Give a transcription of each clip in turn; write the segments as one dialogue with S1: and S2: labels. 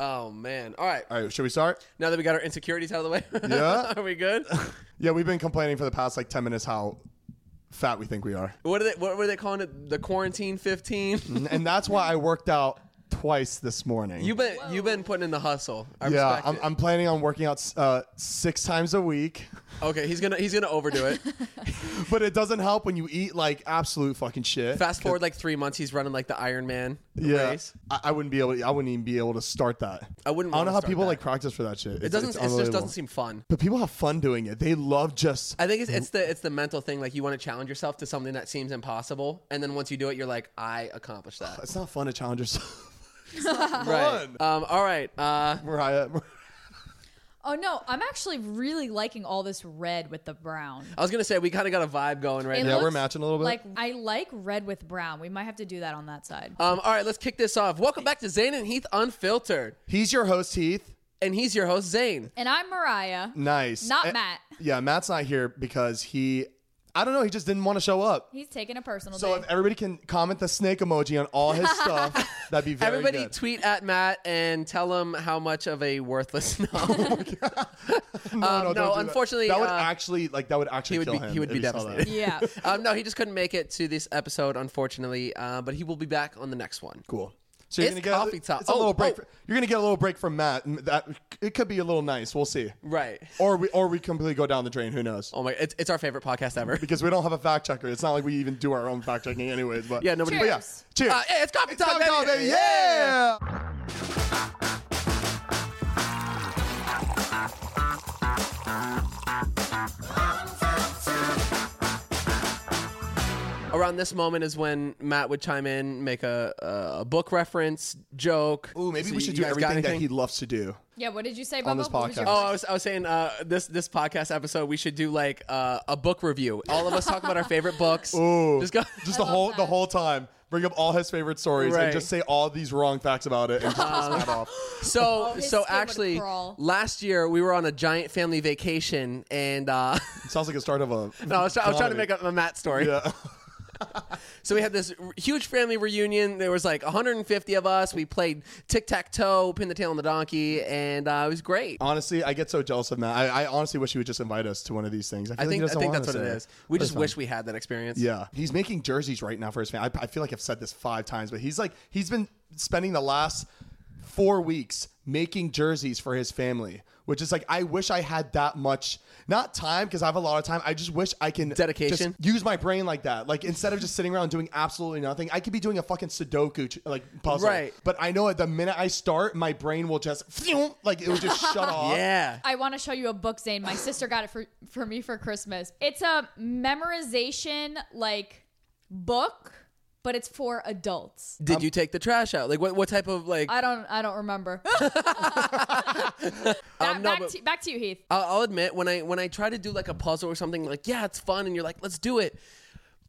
S1: Oh man! All right.
S2: All right, should we start?
S1: Now that we got our insecurities out of the way,
S2: Yeah.
S1: are we good?
S2: Yeah, we've been complaining for the past like 10 minutes how fat we think we are.
S1: What are they? What were they calling it? The quarantine fifteen.
S2: And that's why I worked out twice this morning.
S1: You've been you've been putting in the hustle. I
S2: yeah,
S1: respect
S2: I'm,
S1: it.
S2: I'm planning on working out uh, six times a week,
S1: Okay, he's gonna he's gonna overdo it.
S2: but it doesn't help when you eat like absolute fucking shit.
S1: Fast forward like three months, he's running like the Iron Man
S2: yeah,
S1: race.
S2: I, I wouldn't be able. I wouldn't even be able to start that.
S1: I wouldn't
S2: I don't
S1: wanna
S2: know how
S1: start
S2: people
S1: that.
S2: like practice for that shit.
S1: It doesn't. It just doesn't seem fun.
S2: But people have fun doing it. They love just.
S1: I think it's, it's the it's the mental thing. Like you want to challenge yourself to something that seems impossible, and then once you do it, you're like, I accomplished that.
S2: it's not fun to challenge yourself.
S1: right.
S2: fun.
S1: Um. All right. Uh.
S2: Mariah,
S3: Oh no, I'm actually really liking all this red with the brown.
S1: I was gonna say we kind of got a vibe going right
S3: It
S1: now.
S2: yeah, we're
S3: looks
S2: matching a little bit.
S3: Like I like red with brown. We might have to do that on that side.
S1: Um. All right. Let's kick this off. Welcome back to Zane and Heath Unfiltered,
S2: He's your host, Heath.
S1: and he's your host Zane.
S3: And I'm Mariah.
S2: Nice.
S3: Not
S2: Eh,
S3: Matt.
S2: Yeah, Matt's not here because he, I don't know, he just didn't want to show up.
S3: He's taking a personal
S2: So
S3: day.
S2: if everybody can comment the snake emoji on all his stuff, that'd be very
S1: Everybody
S2: good.
S1: tweet at Matt and tell him how much of a worthless no.
S2: no,
S1: no,
S2: don't do that.
S1: unfortunately,
S2: that, would
S1: uh,
S2: actually like that would actually
S1: he would
S2: kill
S1: be-
S2: him.
S1: he would
S2: if
S1: be
S2: saw that.
S1: devastated.
S3: yeah.
S1: um, no, he just couldn't make it to this episode, unfortunately. Uh, but he will be back on the next one.
S2: Cool. So you're
S1: It's
S2: gonna get
S1: coffee top.
S2: It's a
S1: Oh,
S2: little break.
S1: oh.
S2: fr- you're gonna get a little break from Matt. M- That it could be a little nice. We'll see.
S1: Right.
S2: Or we or we completely go down the drain. Who knows?
S1: Oh my! It's, it's our favorite podcast ever.
S2: Because we don't have a fact checker. It's not like we even do our own fact checking, anyways. But
S1: Yeah, nobody.
S2: But yeah.
S3: Cheers.
S2: Cheers.
S1: Uh, hey, it's coffee
S2: It's
S1: time,
S2: coffee
S1: baby.
S2: time, baby. Yeah.
S1: Around this moment is when Matt would chime in, make a, a book reference, joke.
S2: Ooh, maybe
S1: So
S2: we
S1: you
S2: should do
S1: guys got
S2: everything that
S1: anything?
S2: he loves to do.
S3: Yeah, what did you say, Bubba?
S2: On this
S3: What was your-
S2: podcast.
S1: Oh, I was, I was saying uh, this this podcast episode we should do like uh, a book review. All of us talk about our favorite books.
S2: Ooh.
S1: Just go.
S2: Just the whole the whole time. Bring up all his favorite stories
S1: Right. Um,
S2: and just say all these wrong facts about it and just piss Matt off.
S1: So
S3: Oh, his skin
S1: so
S3: would
S1: actually,
S3: crawl.
S1: last year we were on a giant family vacation, and uh,
S2: It sounds like a start of a.
S1: no, I was, try- I was trying to make up a Matt story.
S2: Yeah.
S1: So we had this r- huge family reunion. There was like 150 of us. We played tic tac toe, pin the tail on the donkey, and uh, it was great.
S2: Honestly, I get so jealous of Matt. I, I honestly wish he would just invite us to one of these things. I, feel
S1: I
S2: like he
S1: think I
S2: doesn't
S1: think
S2: want
S1: that's what
S2: us
S1: it
S2: there.
S1: is. We
S2: But it's
S1: just wish
S2: fine.
S1: we had that experience.
S2: Yeah, he's making jerseys right now for his family. I, I feel like I've said this five times, but he's like he's been spending the last four weeks making jerseys for his family, which is like I wish I had that much not time because I have a lot of time. I just wish I can
S1: Dedication?
S2: just use my brain like that. Like instead of just sitting around doing absolutely nothing, I could be doing a fucking Sudoku ch- like puzzle.
S1: Right.
S2: But I know at the minute I start, my brain will just like it will just shut off.
S1: Yeah.
S3: I want to show you a book, Zane. My sister got it for, for me for Christmas. It's a memorization like book, but it's for adults.
S1: Did you take the trash out? Like what what type of like
S3: I don't I don't remember. back,
S2: Um,
S1: no,
S3: back
S1: but-
S3: to, back to you, Heath.
S1: I'll, I'll admit when I when I try to do like a puzzle or something like yeah it's fun and you're like let's do it,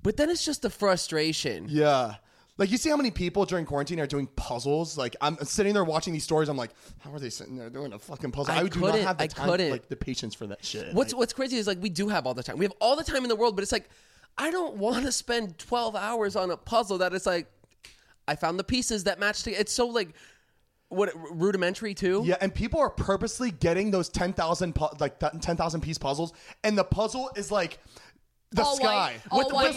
S1: but then it's just the frustration.
S2: Yeah. Like you see how many people during quarantine are doing puzzles. Like I'm sitting there watching these stories. I'm like, how are they sitting there doing a fucking puzzle?
S1: I
S2: I, do not
S1: couldn't.
S2: have the
S1: I
S2: time,
S1: couldn't.
S2: like the patience for that shit.
S1: What's
S2: Like,
S1: what's crazy is like we do have all the time. We have all the time in the world, but it's like I don't want to spend 12 hours on a puzzle that it's like I found the pieces that match together. It's so like what rudimentary too.
S2: yeah, and people are purposely getting those ten thousand pu- like th- ten thousand piece puzzles, and the puzzle is like the
S3: All
S2: sky.
S3: white, all white.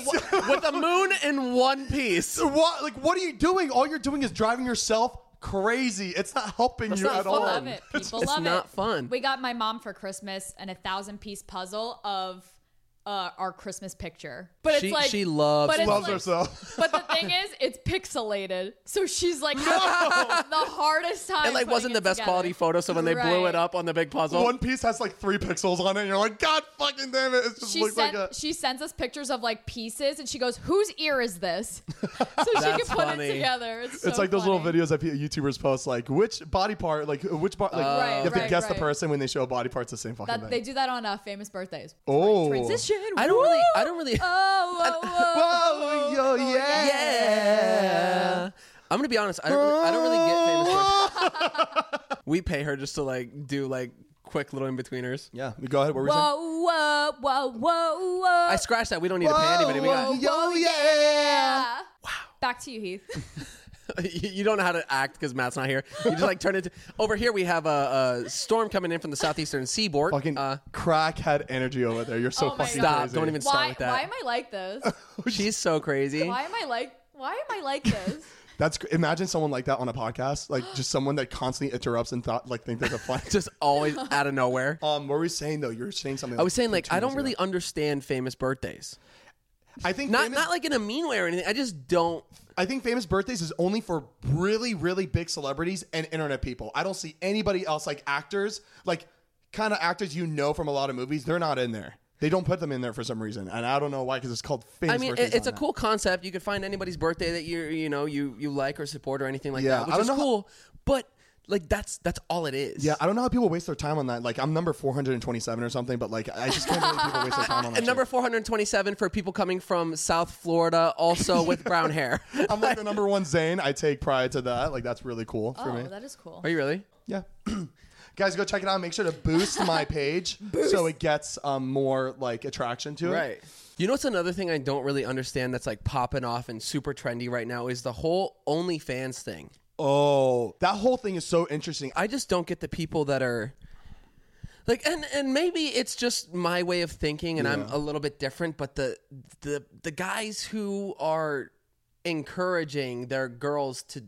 S1: With a moon in one piece.
S2: What, what? Like what are you doing? All you're doing is driving yourself crazy. It's not helping you
S1: not
S2: at
S1: fun.
S2: all.
S3: Love it. People
S1: it's
S3: love it.
S1: not fun.
S3: We got my mom for Christmas an a thousand piece puzzle of uh, our Christmas picture. But
S1: She-
S3: it's like
S1: she loves-
S3: but it's
S2: Loves
S3: like-
S2: herself.
S3: But the thing is, it's pixelated, so she's like having the hardest time.
S1: It like
S3: putting
S1: wasn't
S3: it
S1: the best
S3: together.
S1: quality photo, so when they blew
S3: Right.
S1: it up on the big puzzle,
S2: One piece has like three pixels on it, and you're like, God fucking damn it! It just
S3: She
S2: looks
S3: sent,
S2: like a.
S3: she sends us pictures of like pieces, and she goes, "Whose ear is this?" So she can
S1: That's
S3: put
S1: funny.
S3: it together. It's, so
S2: It's like those
S3: funny.
S2: little videos that pe- YouTubers post, like which body part, like uh, which body.
S1: Oh.
S2: Like,
S3: Right,
S2: you have to
S3: right,
S2: guess the
S3: right.
S2: person when they show a body part's the same fucking
S3: That,
S2: thing.
S3: they do that on uh, famous birthdays.
S2: oh,
S3: Transition.
S1: I don't really, I don't really.
S3: Oh, whoa, whoa.
S1: Oh,
S2: Whoa, yo, yeah.
S1: yeah. I'm gonna be honest. I don't, I don't really get famous. For we pay her just to like do like quick little in betweeners.
S2: Yeah, go ahead. What were you saying?
S3: Whoa, whoa, whoa, whoa, whoa.
S1: I scratched that. We don't need to pay anybody. We got,
S2: yo, yeah.
S3: Yeah. Back to you, Heath.
S1: you you don't know how to act because Matt's not here. You just like turn into. Over here we have a, a storm coming in from the southeastern seaboard.
S2: Fucking
S1: Uh, crackhead
S2: energy over there. You're so
S3: Oh my
S2: fucking
S3: God.
S1: stop.
S2: crazy.
S1: Don't even start
S3: Why,
S1: with
S3: why am
S1: that.
S3: I like this?
S1: She's so crazy.
S3: Why am I like? Why am I like this?
S2: That's cr- imagine someone like that on a podcast, like just someone that constantly interrupts and thought like think they're funny.
S1: Just always out of nowhere.
S2: um, what were we saying though? You were saying something.
S1: I was saying like
S2: two
S1: I don't
S2: minutes
S1: really
S2: ago.
S1: understand famous birthdays.
S2: I think
S1: Not
S2: famous,
S1: not like in a mean way or anything. I just don't.
S2: I think famous birthdays is only for really really big celebrities and internet people. I don't see anybody else like actors, like kind of actors you know from a lot of movies. They're not in there. They don't put them in there for some reason, and I don't know why because it's called famous.
S1: I mean,
S2: birthdays
S1: it, it's a
S2: on that.
S1: cool concept. You could find anybody's birthday that you you know you you like or support or anything like
S2: Yeah,
S1: that,
S2: I
S1: which
S2: don't
S1: is
S2: know how-
S1: cool. but like that's that's all it is.
S2: Yeah, I don't know how people waste their time on that. Like, I'm number 427 or something, but like, I just can't believe people waste their time on that.
S1: And number 427 for people coming from South Florida, also with brown hair.
S2: shit. I'm like the number one Zane. I take pride to that. Like, that's really cool for
S3: Oh,
S2: me.
S3: that is cool.
S1: Are you really?
S2: yeah. Guys, go check it out. Make sure to boost my page so it gets um, more like attraction to it.
S1: You know what's another thing I don't really understand that's like popping off and super trendy right now is the whole OnlyFans thing.
S2: Oh, that whole thing is so interesting.
S1: I just don't get the people that are like and and maybe it's just my way of thinking and I'm a little bit different but the the the guys who are encouraging their girls to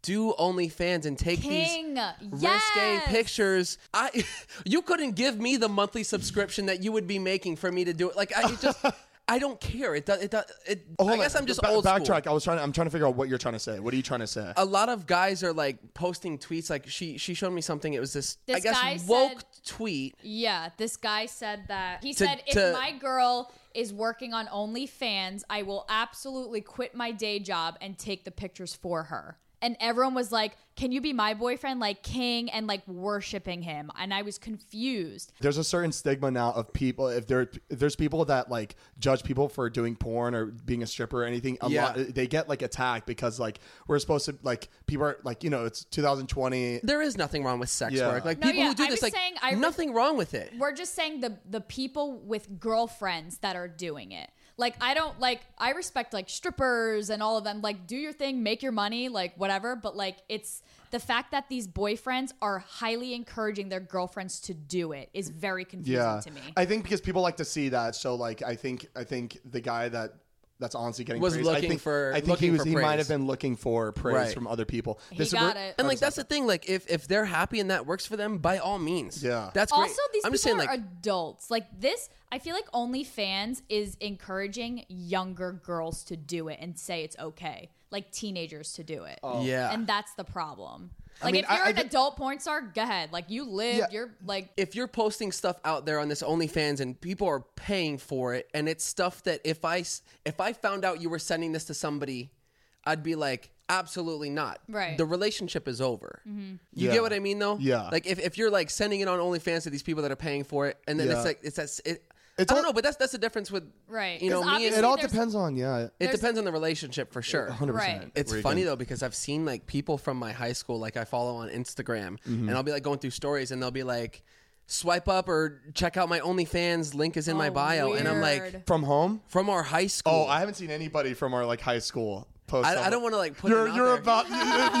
S1: do OnlyFans and take
S3: King.
S1: these
S3: Yes.
S1: risque pictures. I you couldn't give me the monthly subscription that you would be making for me to do it. Like I it just I don't care. It does it does it I
S2: oh, Hold on.
S1: guess I'm just
S2: Ba-
S1: old school
S2: Backtrack. I was trying. I'm trying to figure out what you're trying to say. What are you trying to say?
S1: a lot of guys are like posting tweets. Like she she showed me something. It was this, I
S3: This
S1: guess
S3: guy
S1: woke
S3: said-
S1: tweet.
S3: Yeah, this guy said that. He
S1: To-
S3: said, if
S1: to-
S3: my girl is working on OnlyFans, I will absolutely quit my day job and take the pictures for her. And everyone was like, can you be my boyfriend? Like, king and like worshiping him. And I was confused.
S2: there's a certain stigma now of people if there if there's people that like judge people for doing porn or being a stripper or anything a
S1: Yeah.
S2: lot they get like attacked because like we're supposed to like people are like you know it's 2020
S1: There is nothing wrong with sex
S2: Yeah.
S1: work. Like
S3: No,
S1: people
S3: yeah,
S1: who do
S3: I
S1: this,
S3: was
S1: like
S3: saying I re-
S1: nothing wrong with it.
S3: We're just saying the the people with girlfriends that are doing it. Like I don't like I respect like strippers and all of them like do your thing, make your money, like whatever, but like it's the fact that these boyfriends are highly encouraging their girlfriends to do it is very confusing
S2: yeah
S3: to me.
S2: i think because people like to see that so like i think i think the guy that that's honestly getting
S1: Was
S2: praise, I
S1: looking
S2: think,
S1: for-
S2: i think
S1: looking
S2: he was
S1: for
S2: he
S1: praise.
S2: might have been looking for praise
S1: Right.
S2: from other people
S3: he got it.
S1: And like that's the thing. Like if if they're happy and that works for them, by all means,
S2: Yeah.
S1: that's great.
S3: also these
S1: I'm
S3: people
S1: just saying,
S3: are
S1: like
S3: adults. Like this I feel like OnlyFans is encouraging younger girls to do it and say it's okay. Like teenagers to do it.
S1: yeah.
S3: and that's the problem. Like
S2: mean,
S3: if you're
S2: I- I
S3: an
S2: get-
S3: adult porn star, go ahead. Like you live,
S2: Yeah.
S3: you're like
S1: if you're posting stuff out there on this OnlyFans and people are paying for it, and it's stuff that if I s- if I found out you were sending this to somebody, I'd be like, absolutely not.
S3: Right. Mm-hmm.
S1: The relationship is over. You
S2: Yeah.
S1: get what I mean, though.
S2: Yeah.
S1: Like if, if you're like sending it on OnlyFans to these people that are paying for it, and then
S2: Yeah.
S1: it's like it's that it.
S2: It's
S1: I don't
S2: all-
S1: know, but that's that's the difference with
S3: Right.
S1: You know,
S3: 'Cause
S1: me and,
S2: it all
S3: there's-
S2: depends on yeah
S1: it depends on the relationship for sure.
S2: 100%
S3: Right.
S1: It's
S2: Where you
S1: funny
S2: can-
S1: though because I've seen like people from my high school like I follow on Instagram
S2: Mm-hmm.
S1: and I'll be like going through stories and they'll be like swipe up or check out my OnlyFans link is in my
S3: Oh,
S1: bio and I'm like
S3: weird.
S2: from home
S1: from our high school.
S2: oh i haven't seen anybody from our like high school post
S1: I, I
S2: on-
S1: don't want to like put
S2: you're
S1: him out
S2: you're
S1: there.
S2: about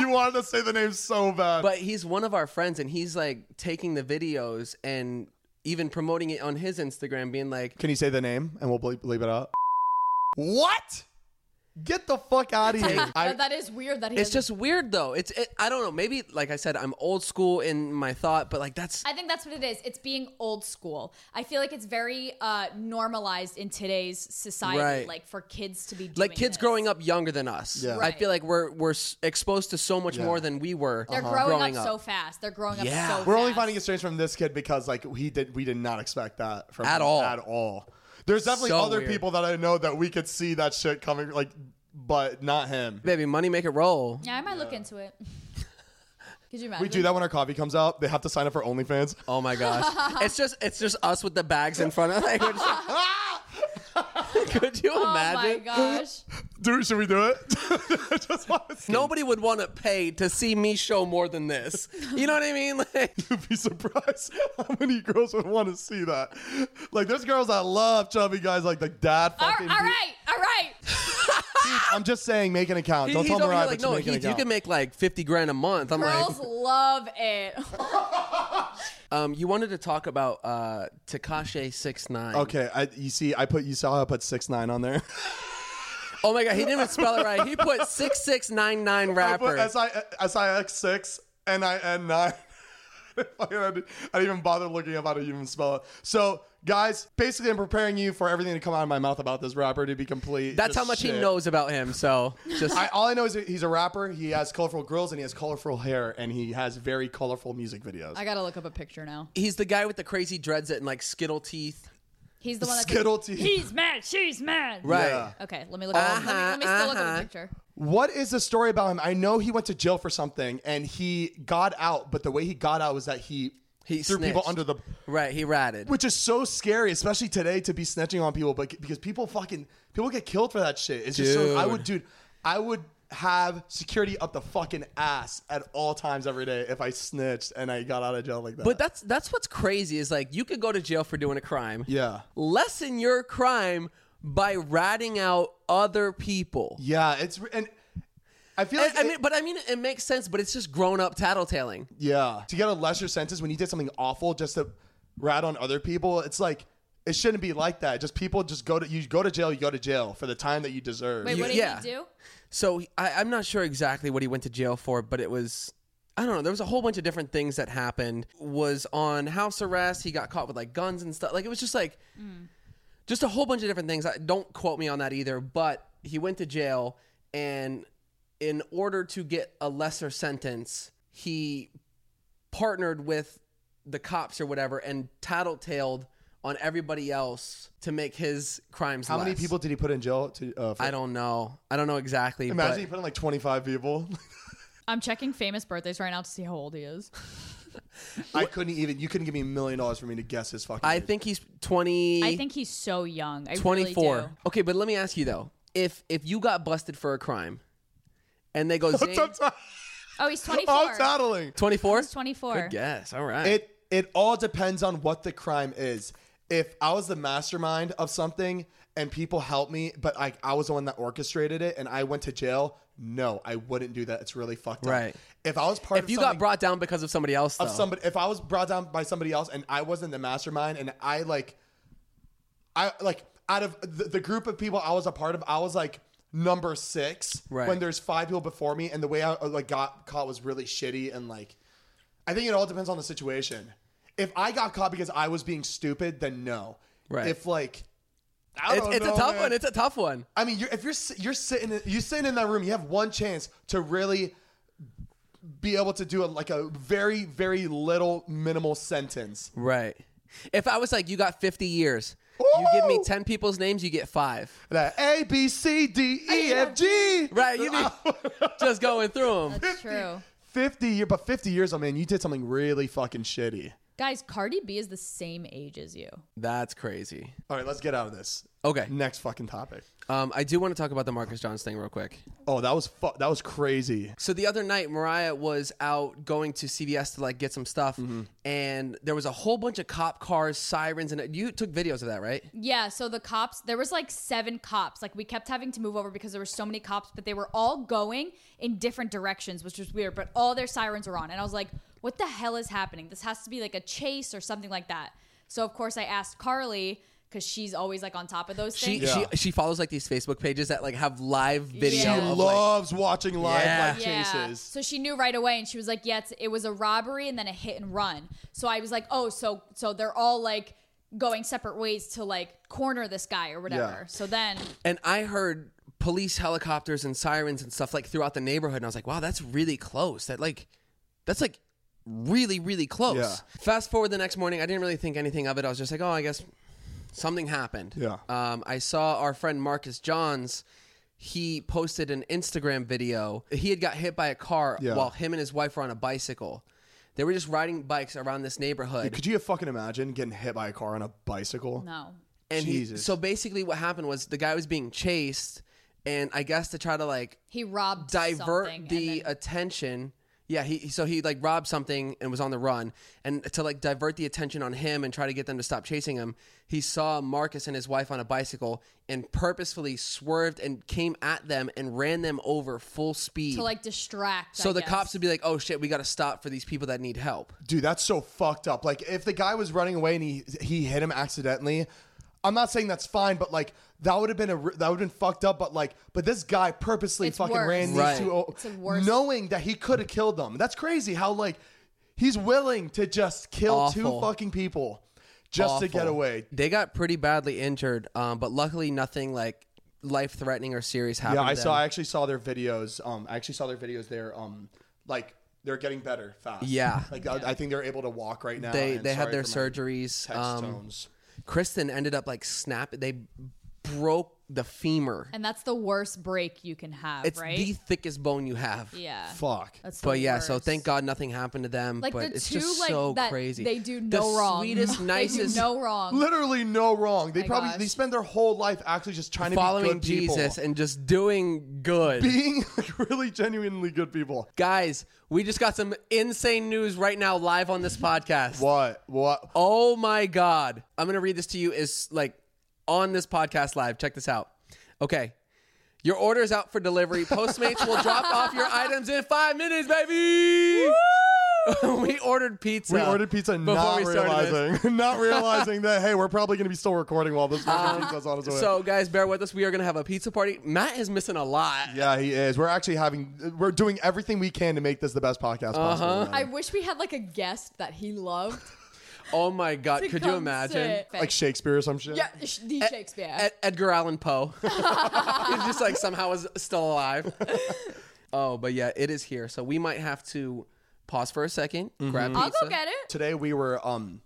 S2: you, you wanted to say the name so bad
S1: but he's one of our friends and he's like taking the videos and even promoting it on his Instagram being like
S2: Can you say the name and we'll bleep, bleep it out? What? Get the fuck out of here. I,
S3: that is weird that he.
S1: It's
S3: doesn't-
S1: just weird though. It's it, I don't know. Maybe like I said, I'm old school in my thought, but like that's
S3: I think that's what it is. It's being old school. I feel like it's very uh, normalized in today's society,
S1: Right.
S3: like for kids to be doing
S1: like kids
S3: this.
S1: growing up younger than us.
S2: Yeah.
S1: I feel like we're we're s- exposed to so much
S2: Yeah. Uh-huh.
S1: more than we were.
S3: They're growing, up, so fast. They're growing up
S1: Uh-huh. Yeah.
S3: so.
S1: We're
S3: fast.
S2: We're only finding it strange from this kid because like he did we did not expect that from
S1: At
S2: him
S1: all.
S2: At all. There's definitely
S1: So
S2: other
S1: weird.
S2: people that I know that we could see that shit coming like but not him.
S1: Baby, money make it roll.
S3: Yeah, I might look into it. Could you imagine?
S2: We do that when our coffee comes out. They have to sign up for OnlyFans.
S1: Oh my gosh. it's just it's just us with the bags in front of like, we're just like Could you
S3: Oh my
S1: imagine?
S3: gosh!
S2: Dude, should we do it? Just wanna see.
S1: Nobody would want to pay to see me show more than this. You know what I mean? Like
S2: You'd be surprised how many girls would want to see that. Like, there's girls that love chubby guys like the dad
S3: all, all
S2: fucking. dude.
S3: right, all right.
S2: I'm just saying, make an account.
S1: he-
S2: Don't
S1: he's
S2: tell
S1: over
S2: me
S1: here
S2: right,
S1: like,
S2: but
S1: no,
S2: no, make an
S1: Heath, you
S2: account.
S1: can make like fifty grand a month. I'm like
S3: Girls love it.
S1: Um, you wanted to talk about uh, Takashi six nine.
S2: okay, I, you see, I put you saw how I put six nine on there.
S1: Oh my god, he didn't even spell it right. He put six six nine nine
S2: I
S1: rapper.
S2: put S I S I X six N I N nine. I didn't I didn't even bother looking up how to even spell it. So, guys, basically, I'm preparing you for everything to come out of my mouth about this rapper to be complete.
S1: That's
S2: just
S1: how much he
S2: shit.
S1: knows about him. So just
S2: I, all I know is that he's a rapper. He has colorful grills and he has colorful hair and he has very colorful music videos.
S3: I gotta look up a picture now.
S1: he's the guy with the crazy dreads and like skittle teeth.
S3: He's the one that's
S2: Skittle teeth.
S3: He's mad. She's mad.
S1: Right.
S2: Yeah.
S3: Okay, let me look. Up, let, me, let me still look up
S1: Uh-huh,
S3: a picture.
S2: What is the story about him? I know he went to jail for something and he got out, but the way he got out was that he
S1: He
S2: threw people
S1: snitched.
S2: under the,
S1: Right, he ratted.
S2: which is so scary, especially today to be snitching on people, but because people fucking people get killed for that shit. It's just so I would, dude, I would have security up the fucking ass at all times every day if I snitched and I got out of jail like that.
S1: But that's that's what's crazy is like you could go to jail for doing a crime.
S2: yeah,
S1: Lessen your crime by ratting out other people.
S2: yeah, it's and I feel
S1: I,
S2: like
S1: I
S2: it-
S1: mean, but I mean, it makes sense. But it's just grown up tattletaling.
S2: Yeah. To get a lesser sentence when you did something awful just to rat on other people, it's like it shouldn't be like that. Just people just go to you go to jail, you go to jail for the time that you deserve.
S3: Wait,
S1: You-
S3: what did
S1: yeah.
S3: he do?
S1: So he- I, I'm not sure exactly what he went to jail for, but it was I don't know. There was a whole bunch of different things that happened. Was on house arrest. He got caught with like guns and stuff. Like it was just like just a whole bunch of different things. I, don't quote me on that either. But he went to jail, and in order to get a lesser sentence, he partnered with the cops or whatever and tattletaled on everybody else to make his crimes.
S2: How many
S1: less.
S2: people did he put in jail to uh, for,
S1: I don't know. I don't know exactly.
S2: Imagine
S1: but-
S2: he put in like 25 people.
S3: I'm checking famous birthdays right now to see how old he is.
S2: I couldn't even you couldn't give me a million dollars for me to guess his fucking
S1: I
S2: age.
S1: think he's 20
S3: I think he's so young. I
S1: 24.
S3: Really do.
S1: Okay, but let me ask you though. If if you got busted for a crime and they go Zane,
S2: I'm, ta-
S3: Oh, he's 24.
S2: I'm tattling.
S1: 24?
S3: He's 24.
S1: Yes, all right.
S2: It it all depends on what the crime is. If I was the mastermind of something and people helped me, but I, I was the one that orchestrated it and I went to jail, no, I wouldn't do that. It's really fucked up.
S1: Right.
S2: If I was part
S1: if
S2: of
S1: you
S2: something-
S1: got brought down because of somebody else though.
S2: of somebody if I was brought down by somebody else and I wasn't the mastermind and I like I like out of the, the group of people I was a part of, I was like number six.
S1: Right.
S2: When there's five people before me, and the way I uh, like got caught was really shitty. And like, I think it all depends on the situation. If I got caught because I was being stupid, then no.
S1: Right.
S2: If like, I
S1: it's
S2: don't
S1: it's
S2: know,
S1: a tough
S2: man.
S1: one. It's a tough one.
S2: I mean, you're, if you're si- you're sitting you're sitting in that room, you have one chance to really be able to do a, like a very very little minimal sentence.
S1: Right. If I was like you got 50 years, you give me
S2: Woo!
S1: 10 people's names, you get 5.
S2: Like A B C D E F G.
S1: Right, you be just going through them.
S3: That's true.
S2: Fifty year, but fifty years. I mean, you did something really fucking shitty.
S3: Guys, Cardi B is the same age as you.
S1: That's crazy.
S2: All right, let's get out of this.
S1: Okay.
S2: Next fucking topic.
S1: Um I do want to talk about the Marcus Johns thing real quick.
S2: Oh, that was fu- that was crazy.
S1: So the other night, Mariah was out going to CVS to like get some stuff, and there was a whole bunch of cop cars, sirens, and you took videos of that, right?
S3: Yeah, so the cops, there was like seven cops. Like we kept having to move over because there were so many cops, but they were all going in different directions, which was weird, but all their sirens were on. And I was like, what the hell is happening? This has to be like a chase or something like that. So of course I asked Carly because she's always like on top of those
S1: She,
S3: things.
S2: Yeah.
S1: she she follows like these Facebook pages that like have live video.
S2: She
S3: Yeah.
S1: of, like-
S2: loves watching live
S1: Yeah.
S2: life chases.
S3: So she knew right away, and she was like, "Yeah, it's, it was a robbery and then a hit and run." So I was like, "Oh, so so they're all like going separate ways to like corner this guy or whatever."
S2: Yeah.
S3: So then,
S1: and I heard police helicopters and sirens and stuff like throughout the neighborhood, and I was like, wow, that's really close. That like, that's like really really close.
S2: Yeah.
S1: Fast forward the next morning, I didn't really think anything of it. I was just like, oh, I guess something happened.
S2: Yeah.
S1: Um, I saw our friend Marcus Johns. He posted an Instagram video. He had got hit by a car
S2: Yeah.
S1: while him and his wife were on a bicycle. They were just riding bikes around this neighborhood.
S2: Could you fucking imagine getting hit by a car on a bicycle?
S3: no,
S1: and he-
S2: Jesus.
S1: so basically what happened was the guy was being chased and i guess to try to like
S3: he robbed something
S1: divert
S3: and
S1: the
S3: then-
S1: attention yeah he so he like robbed something and was on the run and to like divert the attention on him and try to get them to stop chasing him he saw marcus and his wife on a bicycle and purposefully swerved and came at them and ran them over full speed
S3: to like distract.
S1: so
S3: I
S1: the
S3: guess.
S1: cops would be like oh shit we gotta stop for these people that need help
S2: Dude, that's so fucked up. Like, if the guy was running away and he he hit him accidentally, I'm not saying that's fine, but like that would have been a r- that would have been fucked up. But like, but this guy purposely
S3: It's
S2: fucking
S3: worse.
S2: ran these
S1: Right.
S2: two, o-
S3: It's a worse-
S2: knowing that he could have killed them. That's crazy. How like he's willing to just kill two
S1: Awful.
S2: fucking people just to get
S1: awful.
S2: away.
S1: They got pretty badly injured, um, but luckily nothing like life threatening or serious happened.
S2: Yeah,
S1: to
S2: I
S1: them.
S2: saw. I actually saw their videos. Um, I actually saw their videos. There, um, like they're getting better fast.
S1: Yeah.
S2: like I, I think they're able to walk right now.
S1: they
S2: and
S1: they had
S2: sorry
S1: their
S2: for my
S1: surgeries.
S2: Text
S1: Um,
S2: tones.
S1: Kristen ended up like snap. They broke the femur.
S3: and that's the worst break you can have,
S1: It's
S3: right?
S1: the thickest bone you have.
S3: yeah,
S2: Fuck.
S3: that's the
S1: But yeah, so
S3: worst.
S1: thank God nothing happened to them.
S3: Like
S1: but
S3: the
S1: it's
S3: two
S1: just
S3: like
S1: so
S3: that
S1: crazy.
S3: they do
S1: The
S3: no wrong.
S1: Sweetest, nicest,
S3: they do no wrong.
S2: Literally no wrong. They
S3: Um, My
S2: probably
S3: gosh.
S2: they spend their whole life actually just trying to be
S1: following
S2: good people.
S1: Jesus and just doing good.
S2: being like really genuinely good people.
S1: Guys, we just got some insane news right now, live on this podcast.
S2: What? What?
S1: Oh my god. I'm going to read this to you is like on this podcast live. Check this out. Okay. Your order is out for delivery. Postmates will drop off your items in 5 minutes, baby. we ordered pizza.
S2: We ordered pizza,
S1: before
S2: not
S1: we started this.
S2: realizing, not realizing that hey, we're probably going to be still recording while this fucking pizza's on its way.
S1: Uh-huh. So guys, bear with us. We are going to have a pizza party. Matt is missing a lot.
S2: yeah, he is. We're actually having, we're doing everything we can to make this the best podcast
S1: Uh-huh.
S2: possible. man.
S3: I wish we had like a guest that he loved.
S1: Oh my god,
S3: to
S1: could you
S3: come
S1: imagine?
S3: sit.
S2: like Shakespeare or some shit.
S3: yeah, sh- the Shakespeare.
S1: Ed- Edgar Allan Poe. He's just like somehow is still alive. oh, but yeah, it is here. So we might have to pause for a 2nd
S2: Mm-hmm.
S1: grab pizza.
S3: I'll go get it.
S2: today we were um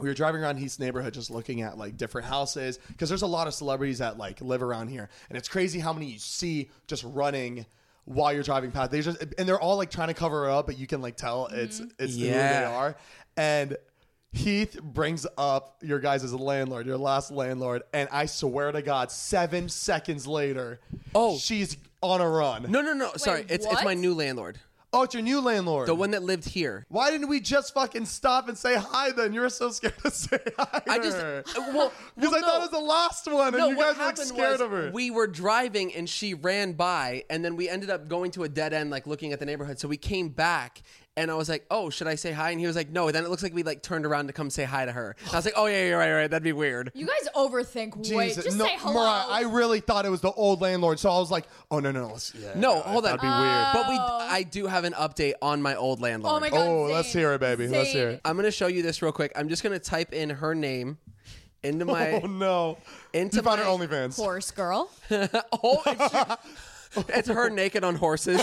S2: we were driving around Heath's neighborhood just looking at like different houses because there's a lot of celebrities that like live around here and it's crazy how many you see just running while you're driving past they just and they're all like trying to cover up but you can like tell it's it's who they
S1: Mm-hmm. Yeah.
S2: are and Heath brings up your guys' landlord, your last landlord, and I swear to God, seven seconds later,
S1: Oh.
S2: she's on a run.
S1: No, no, no. Sorry, it's it's
S3: what?
S1: my new landlord,
S2: Oh, it's your new landlord.
S1: the one that lived here.
S2: Why didn't we just fucking stop and say hi then? You were so scared to say hi.
S1: I just uh, well
S2: because
S1: well,
S2: I thought it was the last one, and
S1: no,
S2: you
S1: what
S2: guys were like
S1: happened
S2: scared
S1: was
S2: of her.
S1: We were driving and she ran by, and then we ended up going to a dead end, like looking at the neighborhood. So we came back, and I was like, "Oh, should I say hi?" And he was like, "No." Then it looks like we like turned around to come say hi to her. And I was like, "Oh yeah, yeah, right, right. That'd be weird."
S3: You guys overthink. Wait,
S2: Jesus,
S3: just
S2: no,
S3: say hello.
S2: Mariah, I really thought it was the old landlord, so I was like, oh no, no, let's, yeah,
S1: No, hold on.
S2: that'd be weird.
S1: But we, I do have an update on my old landlord.
S3: oh my god.
S2: Oh,
S3: Zane.
S2: let's hear it, baby. Let's
S3: Zane.
S2: hear it.
S1: I'm gonna show you this real quick. I'm just gonna type in her name into my.
S2: Oh no,
S1: Into
S2: you found her
S1: my-
S2: OnlyFans.
S3: Horse girl.
S1: Oh, it's, it's her naked on horses.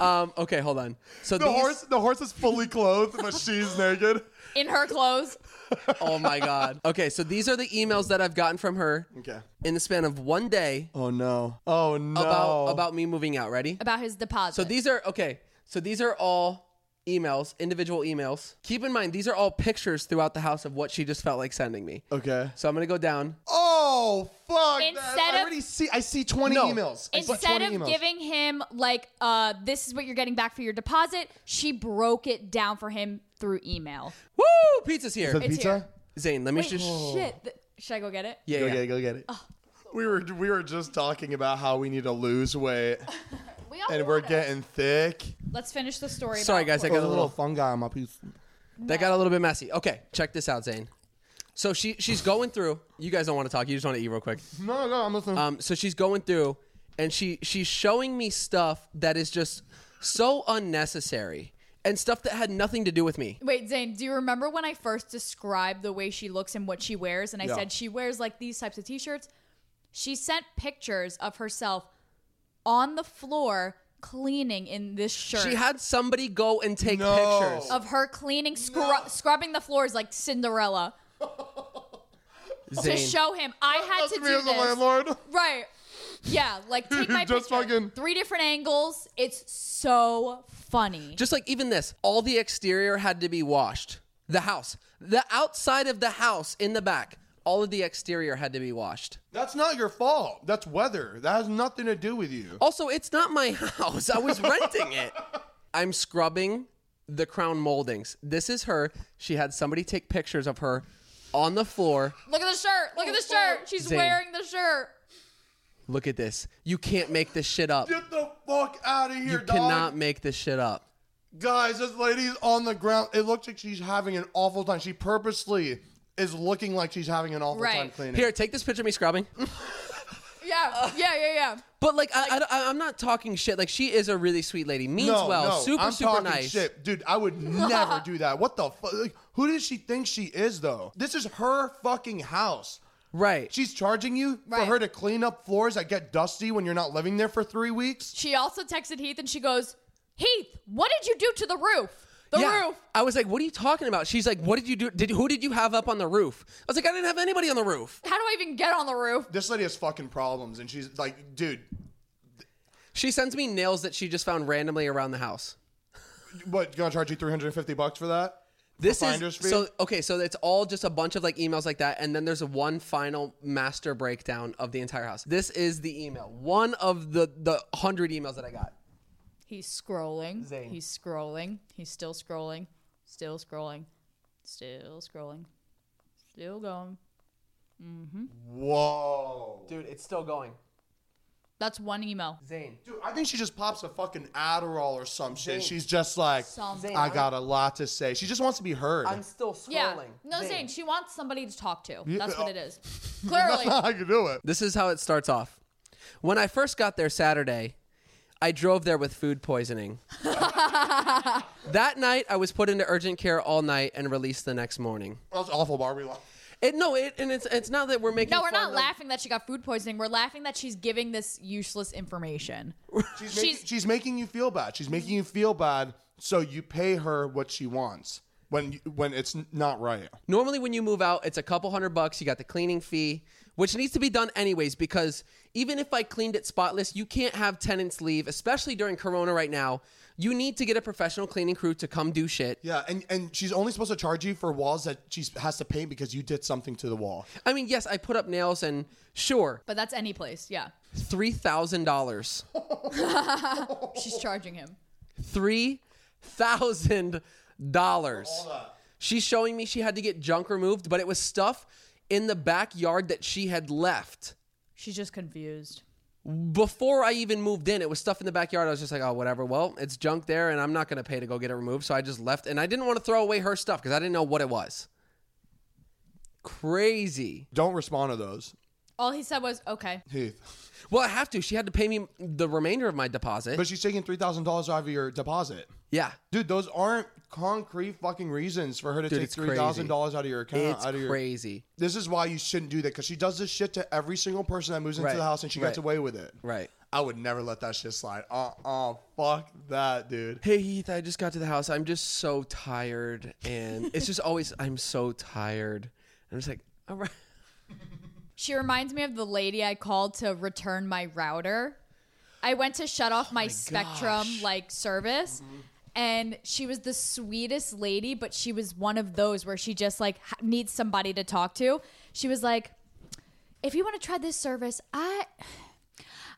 S1: um, okay, hold on. So
S2: The
S1: these,
S2: horse, the horse is fully clothed, but she's naked.
S3: In her clothes.
S1: Oh my god. Okay, so these are the emails that I've gotten from her
S2: Okay.
S1: in the span of one day
S2: Oh no. Oh no.
S1: about about me moving out. Ready?
S3: About his deposit.
S1: So these are okay. So these are all emails, individual emails. Keep in mind these are all pictures throughout the house of what she just felt like sending me.
S2: okay.
S1: So I'm gonna go down.
S2: Oh fuck! that-
S3: Instead
S2: I
S3: of-
S2: already see. I see twenty
S1: No.
S2: emails. I see
S3: Instead
S2: 20
S3: of
S2: emails.
S3: giving him like, uh, this is what you're getting back for your deposit, she broke it down for him through email.
S1: Woo! Pizza's here.
S2: Is that
S3: It's
S2: pizza.
S3: here.
S1: Zane, let me
S3: Wait,
S1: just.
S3: shit. Th- Should I go get it?
S1: Yeah,
S2: Go
S1: yeah.
S2: get it. Go get it.
S3: Oh,
S2: We were we were just talking about how we need to lose weight,
S3: We all
S2: and we're
S3: wanna-
S2: getting thick.
S3: Let's finish the story.
S1: Sorry
S3: about
S1: guys, I
S3: Horse.
S1: got a little
S2: fungi on my piece.
S1: that got a little bit messy. Okay, check this out, Zane. So she she's going through. You guys don't want to talk. You just want to eat real quick.
S2: No, no, I'm listening.
S1: Um, so she's going through, and she she's showing me stuff that is just so unnecessary and stuff that had nothing to do with me.
S3: Wait, Zane, do you remember when I first described the way she looks and what she wears? And I
S2: Yeah.
S3: said she wears like these types of t shirts. She sent pictures of herself on the floor cleaning in this shirt.
S1: She had somebody go and take
S2: No.
S1: pictures.
S3: of her cleaning, scru- scrubbing the floors like Cinderella to
S1: Zane.
S3: show him. I had to
S2: That's me
S3: do
S2: as a
S3: this.
S2: landlord.
S3: Right. Yeah, like take my
S2: Just
S3: picture.
S2: fucking-
S3: Three different angles. It's so funny.
S1: Just like even this, all the exterior had to be washed. The house, the outside of the house in the back, all of the exterior had to be washed.
S2: That's not your fault. That's weather. That has nothing to do with you.
S1: Also, it's not my house. I was renting it. I'm scrubbing the crown moldings. This is her. She had somebody take pictures of her on the floor.
S3: Look at the shirt. Look at the shirt. She's
S1: Zane.
S3: wearing the shirt.
S1: Look at this. You can't make this shit up.
S2: Get the fuck out of here,
S1: You
S2: dog.
S1: cannot make this shit up.
S2: Guys, this lady's on the ground. It looks like she's having an awful time. She purposely is looking like she's having an awful
S3: Right.
S2: time cleaning.
S1: Here, take this picture of me scrubbing.
S3: Yeah, yeah, yeah, yeah.
S1: But like, I, I, am not talking shit. Like, she is a really sweet lady. Means
S2: no,
S1: well.
S2: no,
S1: super,
S2: I'm
S1: super
S2: talking
S1: nice.
S2: shit. Dude, I would never do that. What the fuck? Like, who does she think she is, though? This is her fucking house.
S1: Right.
S2: She's charging you for
S3: Right.
S2: her to clean up floors that get dusty when you're not living there for three weeks?
S3: She also texted Heath and she goes, Heath, what did you do to the roof? The roof.
S1: I was like, "What are you talking about?" She's like, "What did you do? Did who did you have up on the roof?" I was like, "I didn't have anybody on the roof."
S3: How do I even get on the roof?
S2: This lady has fucking problems, and she's like, dude,
S1: She sends me nails that she just found randomly around the house.
S2: what, gonna charge you 350 bucks for that?
S1: This
S2: Finder's
S1: is
S2: fee?
S1: so okay. So it's all just a bunch of like emails like that, and then there's one final master breakdown of the entire house. This is the email, one of the the hundred emails that I got.
S3: He's scrolling.
S1: Zane.
S3: He's scrolling. He's still scrolling. Still scrolling. Still scrolling. Still going.
S2: Whoa.
S1: Dude, it's still going.
S3: That's one email.
S1: Zane,
S2: Dude, I think she just pops a fucking Adderall or some shit. She's just like,
S3: Something.
S2: I got a lot to say. She just wants to be heard.
S1: still scrolling.
S3: Yeah. No, Zane, she wants somebody to talk to. That's
S2: uh,
S3: what it is.
S2: That's
S3: Clearly.
S2: not how you do it.
S1: This is how it starts off. When I first got there Saturday, I drove there with food poisoning. that night, I was put into urgent care all night and released the next morning.
S2: That's awful, Barbie.
S1: It, no, it, and it's it's not that we're making.
S3: No, we're
S1: fun
S3: not
S1: of-
S3: laughing that she got food poisoning. We're laughing that she's giving this useless information.
S2: She's making, she's,
S3: She's-
S2: making you feel bad. She's making you feel bad, so you pay her what she wants when you, when it's n- not right.
S1: Normally, when you move out, it's a couple hundred bucks. You got the cleaning fee, which needs to be done anyways, because even if I cleaned it spotless, you can't have tenants leave, especially during Corona right now. You need to get a professional cleaning crew to come do shit.
S2: Yeah, and, and she's only supposed to charge you for walls that she has to paint because you did something to the wall.
S1: I mean, yes, I put up nails, and sure,
S3: But that's any place. Yeah.
S1: three thousand dollars.
S3: She's charging him.
S1: three thousand dollars. She's showing me she had to get junk removed, but it was stuff in the backyard that she had left
S3: She's just confused.
S1: before I even moved in. It was stuff in the backyard. I was just like, oh, whatever. Well, it's junk there, and I'm not gonna pay to go get it removed. So I just left, and I didn't want to throw away her stuff because I didn't know what it was. Crazy.
S2: Don't respond to those,
S3: All he said was, okay.
S2: Heath.
S1: Well, I have to. She had to pay me the remainder of my deposit.
S2: But she's taking three thousand dollars out of your deposit,
S1: yeah,
S2: dude. Those aren't concrete fucking reasons for her to take
S1: it's
S2: three thousand dollars out of your account.
S1: it's
S2: out of your,
S1: crazy.
S2: This is why you shouldn't do that because she does this shit to every single person that moves into
S1: Right,
S2: the house and she
S1: right.
S2: gets away with it.
S1: Right.
S2: I would never let that shit slide. Uh uh fuck that, dude.
S1: Hey Heath, I just got to the house. I'm just so tired, and it's just always I'm so tired. I'm just like, all right.
S3: She reminds me of the lady I called to return my router. I went to shut off my, Spectrum like service. And she was the sweetest lady, but she was one of those where she just like ha- needs somebody to talk to. She was like, "If you want to try this service, I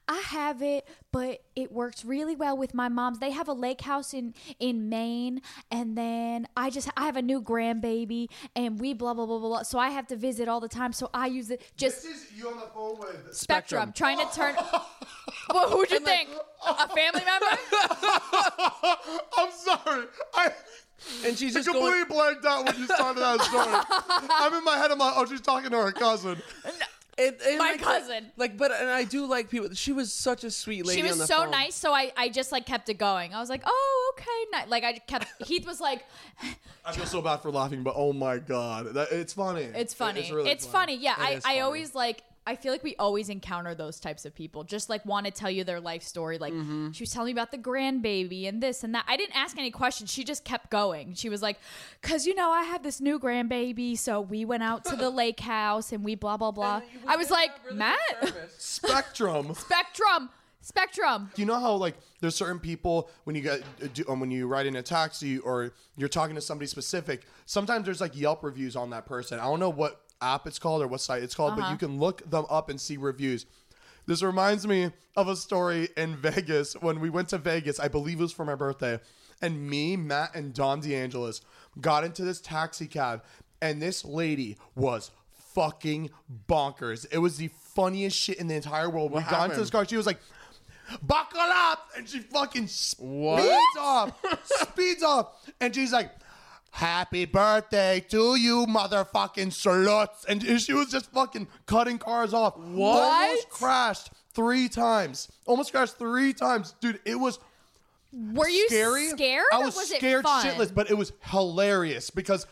S3: I have it, but it works really well with my mom's. They have a lake house in in Maine, and then I just I have a new grandbaby, and we blah blah blah blah. blah. So I have to visit all the time. So I use it just
S2: is you on the phone with.
S3: spectrum, trying to turn. well, who'd you think? a family member?
S2: I'm sorry. I
S1: and she's
S2: I
S1: just
S2: completely
S1: going.
S2: blanked out when you started that story. I'm in my head. I'm like, oh, she's talking to her cousin.
S1: and- and
S3: My
S1: like-
S3: cousin.
S1: Like, but and I do like people. She was such a sweet lady.
S3: She
S1: on
S3: was
S1: the
S3: so
S1: phone.
S3: nice, so I, I just like kept it going. I was like, oh, okay, ni-. like I kept. Heath was like,
S2: I feel so bad for laughing, but oh my god, that, it's funny.
S3: it's funny, it's,
S2: really
S3: funny. Yeah, I,
S1: is
S3: I
S1: funny.
S3: always like. I feel like we always encounter those types of people. Just like want to tell you their life story. Like
S1: Mm-hmm.
S3: she was telling me about the grandbaby and this and that. I didn't ask any questions. She just kept going. She was like, "Cause you know I have this new grandbaby, so we went out to the lake house and we blah blah blah." I was like, "Matt,
S2: Spectrum.
S3: Spectrum, Spectrum."
S2: you know how like there's certain people when you get uh, do, um, when you ride in a taxi or you're talking to somebody specific sometimes there's like yelp reviews on that person i don't know what app it's called or what site it's called but you can look them up and see reviews this reminds me of a story in vegas when we went to vegas i believe it was for my birthday and me matt and don deangelis got into this taxi cab and this lady was fucking bonkers it was the funniest shit in the entire world we got into this car she was like buckle up and she fucking speeds off speeds off and she's like happy birthday to you motherfucking sluts and she was just fucking cutting cars off what almost crashed three times almost crashed three times dude it was
S3: Were you
S2: scary
S3: scared?
S2: i
S3: or
S2: was,
S3: was
S2: scared
S3: it fun?
S2: shitless but it was hilarious because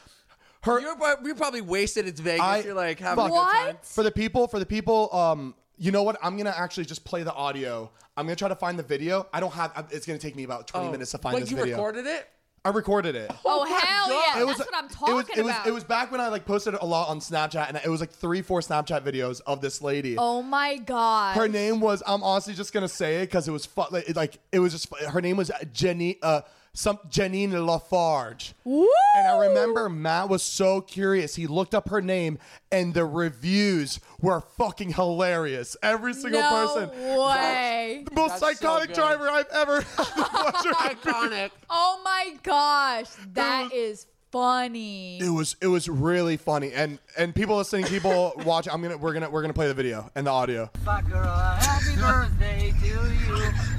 S2: her
S1: You're, prob- you're probably wasted. It's Vegas.
S2: I-
S1: you're like having
S2: fuck.
S1: a good time.
S3: What?
S2: for the people for the people um you know what i'm gonna actually just play the audio i'm gonna try to find the video i don't have I'm- it's gonna take me about 20 minutes to find
S1: Oh. Like
S2: this
S1: you
S2: video
S1: recorded it.
S2: i recorded it
S3: Oh, hell yeah!
S2: It
S3: That's
S2: was-
S3: what I'm
S2: it
S3: talking
S2: was, it was-
S3: about.
S2: it was back when i like posted a lot on snapchat and it was like three four snapchat videos of this lady
S3: oh my god!
S2: her name was i'm honestly just gonna say it because it was fun like, it- like it was just fu- her name was jenny uh some janine lafarge
S3: Woo!
S2: and I remember Matt was so curious. He looked up her name, and the reviews were fucking hilarious. Every single
S3: no
S2: person.
S3: way!
S2: The
S1: That's
S2: most
S1: so
S2: psychotic
S1: good.
S2: driver I've ever had the pleasure of being.
S1: Iconic.
S3: Oh my gosh, that
S2: Uh.
S3: is funny.
S2: It was it was really funny, and and people listening, people watching. I'm gonna we're gonna we're gonna play the video and the audio.
S4: Fuck girl, happy birthday to you.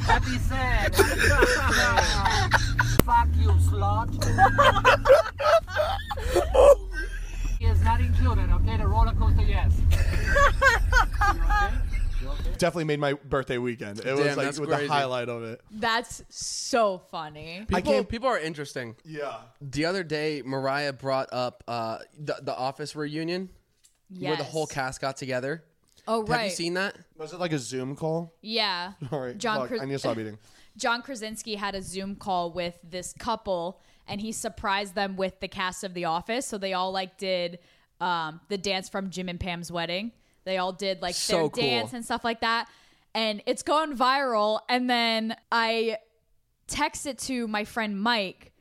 S4: Happy sad. Happy birthday. Fuck you, slut. is not included, okay? The roller coaster, yes.
S2: Definitely made my birthday weekend. It was
S1: Damn,
S2: like
S1: that's
S2: with
S1: crazy.
S2: the highlight of it.
S3: That's so funny.
S2: I
S1: People,
S2: can't-
S1: people are interesting.
S2: Yeah.
S1: The other day, Mariah brought up uh, the the office reunion
S3: Yes.
S1: where the whole cast got together.
S3: Oh right.
S1: Have you seen that?
S2: Was it like a Zoom call?
S3: Yeah.
S2: All right.
S3: John
S2: fuck,
S3: Kras-
S2: I need to stop eating.
S3: John Krasinski had a Zoom call with this couple, and he surprised them with the cast of The Office. So they all like did um, the dance from Jim and Pam's wedding. They all did like
S1: So
S3: their
S1: cool.
S3: dance and stuff like that, and it's going viral. And then I text it to my friend Mike,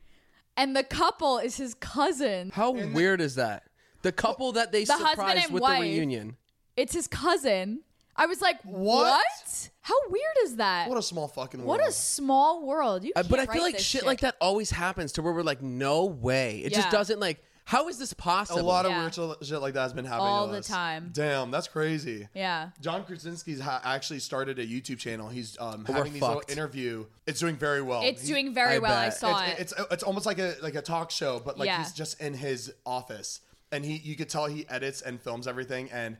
S3: and the couple is his cousin.
S1: How weird is that? The couple that they
S3: The husband
S1: surprised
S3: and
S1: with
S3: wife.
S1: the reunion.
S3: It's his cousin. I was like, what? How weird is that?
S2: What a small fucking world.
S3: What a small world. You
S1: Uh, but I
S3: can't
S1: feel
S3: write
S1: like
S3: this
S1: shit, like that always happens to where we're like, no way. It
S3: Yeah.
S1: just doesn't like. How is this possible?
S2: a lot of
S3: Yeah.
S2: weird shit- shit like that has been happening
S3: All
S2: to
S3: the
S2: us.
S3: time.
S2: Damn, that's crazy.
S3: Yeah.
S2: John Krasinski's ha- actually started a YouTube channel. He's um,
S1: we're
S2: having these little
S1: fucked.
S2: interview. It's doing very well.
S3: It's
S2: Oh, He's-
S3: doing very
S1: I
S3: well. I
S1: bet.
S3: saw it.
S2: it's, it's it's almost like a like a talk show, but like
S3: Yeah.
S2: he's just in his office, and he you could tell he edits and films everything. And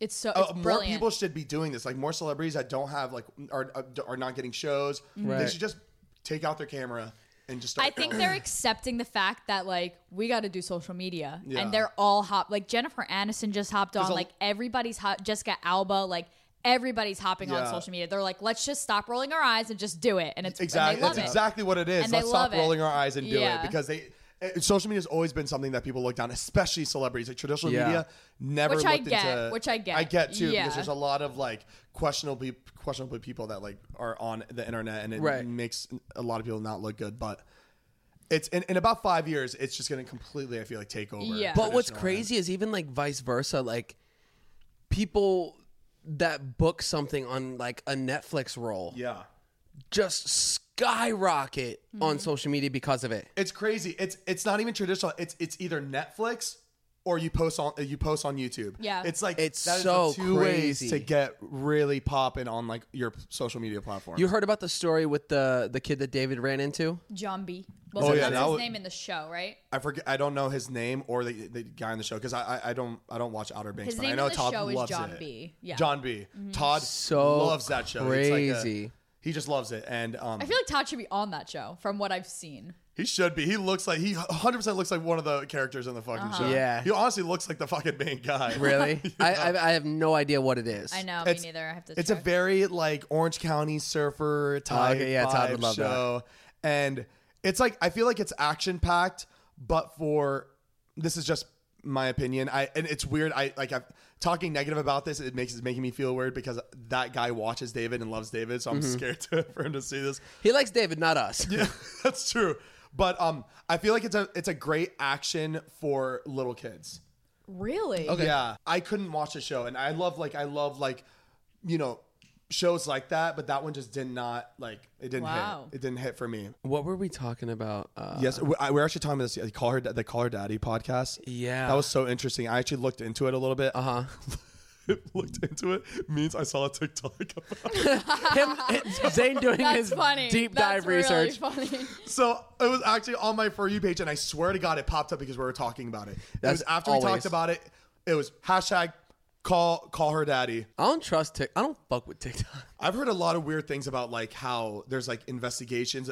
S3: It's so
S2: uh,
S3: Oh, it's
S2: more
S3: brilliant.
S2: people should be doing this. Like more celebrities that don't have like are uh, are not getting shows. They
S1: Right.
S2: should just take out their camera and just. Start
S3: I think
S2: filming.
S3: they're accepting the fact that like we got to do social media,
S2: Yeah.
S3: and they're all hop. Like Jennifer Aniston just hopped on.
S2: a-
S3: like everybody's hot. Jessica Alba. Like everybody's hopping on
S2: Yeah.
S3: social media. They're like, let's just stop rolling our eyes and just do it. And it's
S2: Exactly.
S3: And they love
S2: That's
S3: it.
S2: exactly what it is.
S3: And they
S2: Let's stop
S3: love it.
S2: rolling our eyes and do
S3: Yeah.
S2: it because they. eh, Social media has always been something that people look down, especially celebrities. Like traditional
S1: Yeah.
S2: media, never
S3: Which I
S2: looked
S3: get,
S2: into.
S3: which I get.
S2: I get too
S3: Yeah.
S2: because there's a lot of like questionable, peop- questionable people that like are on the internet, and it
S1: Right.
S2: makes a lot of people not look good. But it's in, in about five years, it's just going to completely, I feel like, take over.
S3: Yeah.
S1: But what's
S2: traditional
S1: crazy is even like vice versa, like people that book something on like a Netflix role
S2: and- Yeah.
S1: just skyrocket
S3: Mm-hmm.
S1: on social media because of it.
S2: It's crazy. It's it's not even traditional. It's it's either Netflix or you post on you post on YouTube.
S3: Yeah.
S2: it's like
S1: It's
S2: that is
S1: so
S2: the two
S1: crazy.
S2: ways to get really popping on like your social media platform.
S1: You heard about the story with the the kid that David ran into?
S3: Jambi. Well,
S2: Oh, yeah,
S3: that's
S2: that
S3: his
S2: was-
S3: name in the show, right?
S2: I forget. I don't know his name or the, the guy on the show because I, I I don't I don't watch Outer Banks.
S3: His
S2: but
S3: name
S2: I know
S3: on the
S2: Todd
S3: show is
S2: loves
S3: John
S2: it.
S3: B. Yeah. Mm-hmm.
S2: John B. Todd
S1: So
S2: loves that show. It's like
S1: crazy.
S2: a, he just loves it, and um,
S3: I feel like Todd should be on that show from what I've seen.
S2: he should be. He looks like he 100 percent looks like one of the characters in the fucking
S3: Uh-huh.
S2: show.
S1: Yeah.
S2: he honestly looks like the fucking main guy.
S1: Really? I, I I have no idea what it is.
S3: I know,
S2: It's-
S3: me neither. I have to
S2: It's a
S3: check.
S2: very like Orange County surfer type
S1: Oh, okay, yeah, Todd would
S2: vibe
S1: love that.
S2: show, and it's like I feel like it's action packed, but for this is just my opinion. I and it's weird. I like I'm talking negative about this. It makes it's making me feel weird because that guy watches David and loves David, so I'm
S1: Mm-hmm.
S2: scared to, for him to see this.
S1: He likes David, not us.
S2: Yeah, that's true. But um, I feel like it's a it's a great action for little kids.
S3: really.
S2: Yeah, I couldn't watch the show, and I love like I love like, you know, shows like that. But that one just did not like it didn't
S3: Wow.
S2: hit. It didn't hit for me.
S1: What were we talking about? Uh,
S2: Yes, we- I- we're actually talking about this the call her Da- the call her daddy podcast.
S1: Yeah.
S2: that was so interesting. I actually looked into it a little bit. Uh huh. looked into it means I saw a TikTok. About it.
S1: him, Zane doing
S3: That's
S1: his
S3: funny.
S1: deep
S3: That's
S1: dive
S3: really
S1: research.
S3: Funny.
S2: so it was actually on my for you page, and I swear to God, it popped up because we were talking about it. it
S1: That's
S2: was after we
S1: always-
S2: talked about it. It was hashtag call call her daddy.
S1: I don't trust Tik. I don't fuck with TikTok.
S2: I've heard a lot of weird things about like how there's like investigations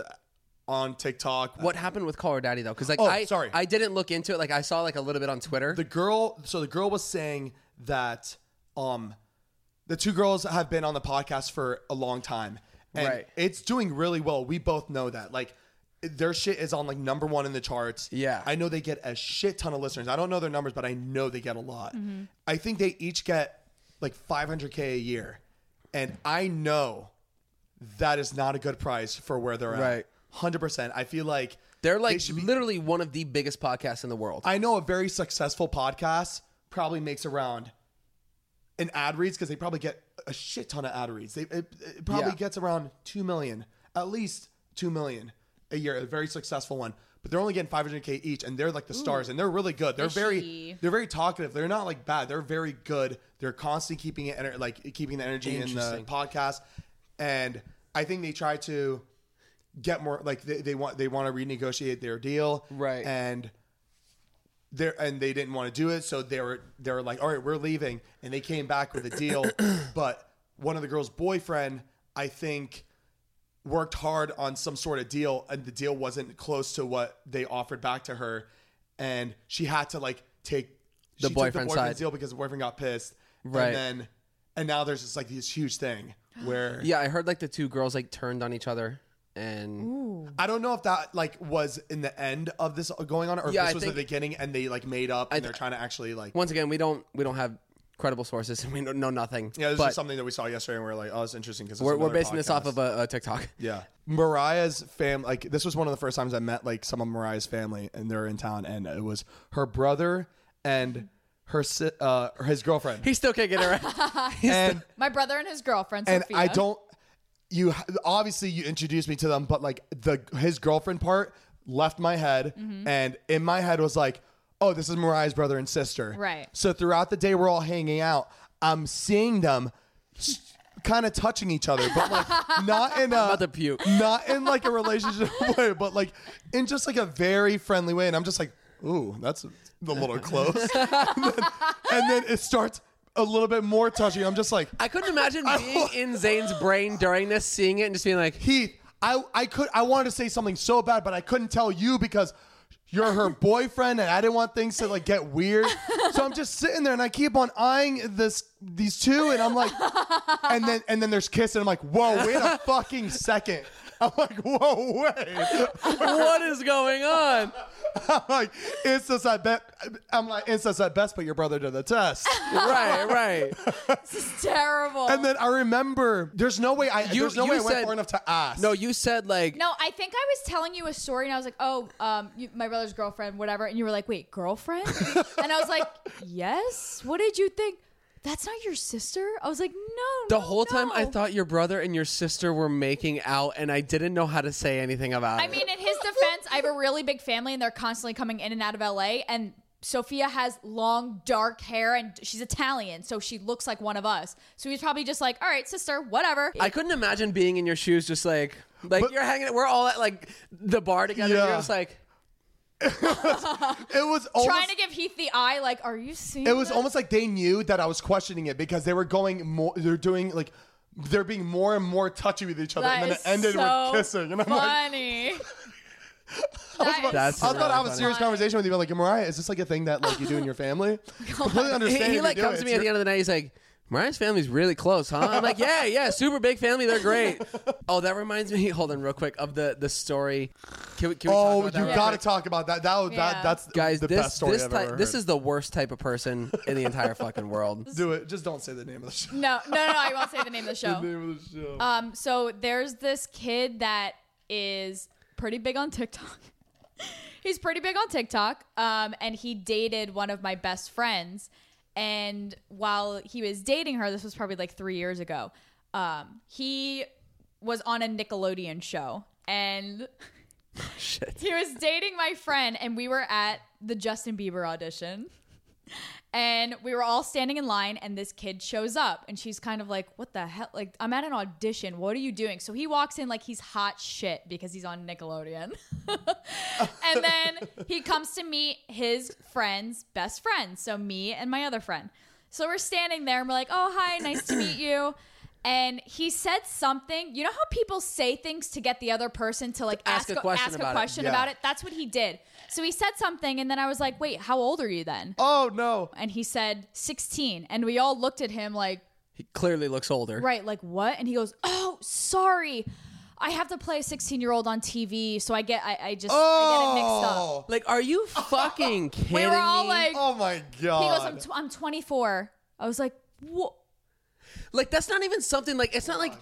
S2: on TikTok.
S1: What happened with Call Her Daddy though? Because like
S2: Oh,
S1: I
S2: sorry.
S1: I didn't look into it. Like I saw like a little bit on Twitter.
S2: the girl? So the girl was saying that um the two girls have been on the podcast for a long time, and
S1: Right.
S2: it's doing really well. We both know that. Like their shit is on like number one in the charts.
S1: Yeah.
S2: I know they get a shit ton of listeners. I don't know their numbers, but I know they get a lot.
S1: Mm-hmm.
S2: I think they each get like 500k a year, and I know that is not a good price for where they're at.
S1: Right.
S2: Hundred percent. I feel like
S1: They're
S2: they
S1: like
S2: should be-
S1: literally one of the biggest podcasts in the world.
S2: I know a very successful podcast probably makes around in ad reads because they probably get a shit ton of ad reads. They it, it probably
S1: Yeah.
S2: gets around two million, at least two million a year. A very successful one, but they're only getting five hundred k each, and they're like the stars, and they're really good. They're very
S3: Fishy.
S2: they're very talkative. They're not like bad. They're very good. They're constantly keeping it ener- like keeping the energy in the
S1: Interesting.
S2: podcast, and I think they try to get more like they, they want they want to renegotiate their deal
S1: Right.
S2: and they and they didn't want to do it so they were they were like all right we're leaving and they came back with a deal but one of the girl's boyfriend i think worked hard on some sort of deal and the deal wasn't close to what they offered back to her and she had to like take
S1: The
S2: she took
S1: boyfriend's side.
S2: boyfriend's deal because the boyfriend got pissed
S1: Right.
S2: and then and now there's just like this huge thing where
S1: yeah, I heard like the two girls like turned on each other and
S2: I don't know if that like was in the end of this going on, or
S1: Yeah, I
S2: if this was the
S1: think-
S2: beginning and they like made up and they're trying to actually like.
S1: once again we don't we don't have credible sources and we don't know nothing.
S2: yeah, this
S1: but
S2: is something that we saw yesterday, and we are like, oh, it's interesting because
S1: we're, we're basing this off of a, a TikTok.
S2: Yeah, Mariah's fam. Like this was one of the first times I met like some of Mariah's family, and they're in town, and it was her brother and her si- uh his girlfriend,
S1: He still can't get around.
S2: and
S3: My brother and his girlfriend.
S2: and
S3: Sophia.
S2: I don't. You obviously you introduced me to them, but like the his girlfriend part left my head,
S3: Mm-hmm.
S2: and in my head was like, oh, this is Mariah's brother and sister.
S3: Right.
S2: So throughout the day, we're all hanging out. I'm seeing them. Kind of touching each other, but like not in a
S1: about to puke.
S2: not in like a relationship way, but like in just like a very friendly way. And I'm just like, ooh, that's a little close. and, then, and then it starts a little bit more touching. I'm just like,
S1: I couldn't imagine being in Zane's brain during this, seeing it and just being like,
S2: Heath, I, I could I wanted to say something so bad, but I couldn't tell you because you're her boyfriend and I didn't want things to like get weird. So I'm just sitting there and I keep on eyeing this these two and I'm like and then and then there's kiss and I'm like, whoa, wait a fucking second. I'm like, whoa, wait.
S1: "What is going on?"
S2: I'm like, incest at best. I'm like, incest at best, but your brother did the test.
S1: Right, right.
S3: It's terrible.
S2: And then I remember, there's no way I,
S1: You-
S2: there's no
S1: you
S2: way I went
S1: said-
S2: far enough to ask.
S1: No, you said like
S3: no, I think I was telling you a story, and I was like, "Oh, um, you, my brother's girlfriend, whatever," and you were like, "Wait, girlfriend?" and I was like, "Yes." What did you think? That's not your sister. I was like, "No."
S1: the
S3: no,
S1: whole time I
S3: no."
S1: thought your brother and your sister were making out, and I didn't know how to say anything about
S3: I
S1: it.
S3: mean, in his defense, I have a really big family, and they're constantly coming in and out of LA, and Sophia has long dark hair and she's Italian, so she looks like one of us. So he's probably just like, all right, sister, whatever.
S1: I couldn't imagine being in your shoes, just like like
S2: But-
S1: you're hanging. We're all at like the bar together.
S2: Yeah.
S1: And you're just like
S2: It was almost
S3: Trying to give Heath the eye, like, are you seeing?
S2: it was
S3: this?
S2: almost like they knew that I was questioning it because they were going more. They're doing like they're being more and more touchy with each other, and
S3: That
S2: then it
S3: is
S2: ended
S3: so
S2: with kissing. And I'm like,
S3: funny. That is
S1: That's
S2: I thought I
S1: really
S2: was a serious conversation with you. I'm like, Mariah, is this like a thing that like you do in your family? Completely
S1: he,
S2: understand.
S1: he
S2: if
S1: like
S2: you do
S1: comes
S2: it.
S1: to me at
S2: It's
S1: the end of the night. He's like. Mariah's family's really close, huh? I'm like, yeah, yeah, super big family. They're great. Oh, that reminds me. Hold on, real quick, of the the story. Can we, can we talk
S2: Oh,
S1: about that
S2: you
S1: real
S2: gotta
S1: quick?
S2: talk about that. That, was-
S3: Yeah.
S2: that that's
S1: guys.
S2: the
S1: this
S2: best story
S1: this
S2: I've
S1: type-
S2: ever
S1: this
S2: heard.
S1: is the worst type of person in the entire fucking world.
S2: do it. Just don't say the name of the show.
S3: No, no, no, I won't say the name of the show.
S2: Name of the show.
S3: Um, so there's this kid that is pretty big on TikTok. He's pretty big on TikTok. Um, and he dated one of my best friends. And while he was dating her, this was probably like three years ago, um, he was on a Nickelodeon show. And he was dating my friend, and we were at the Justin Bieber audition. And we were all standing in line, and this kid shows up, and she's kind of like, What the hell? Like, I'm at an audition. What are you doing? So he walks in like he's hot shit because he's on Nickelodeon. and then he comes to meet his friend's best friend. So me and my other friend. So we're standing there, and we're like, Oh, hi, nice to meet you. And he said something. You know how people say things to get the other person to like
S1: ask
S3: ask,
S1: a
S3: a
S1: question
S3: ask
S1: about
S3: a
S1: it.
S3: question
S2: Yeah.
S3: about it? That's what he did. So he said something, and then I was like, Wait, how old are you then?
S2: Oh no.
S3: and he said 16 and we all looked at him like
S1: He clearly looks older.
S3: right like what and he goes oh sorry i have to play a 16 year old on tv so i get i, I just i get it mixed up
S2: Oh.
S1: Like, are you fucking kidding
S3: we were all
S1: me?
S3: like
S2: Oh my
S3: he goes I'm,
S2: god.
S3: tw- I'm 24 i was like what
S1: Like that's not even something like it's not like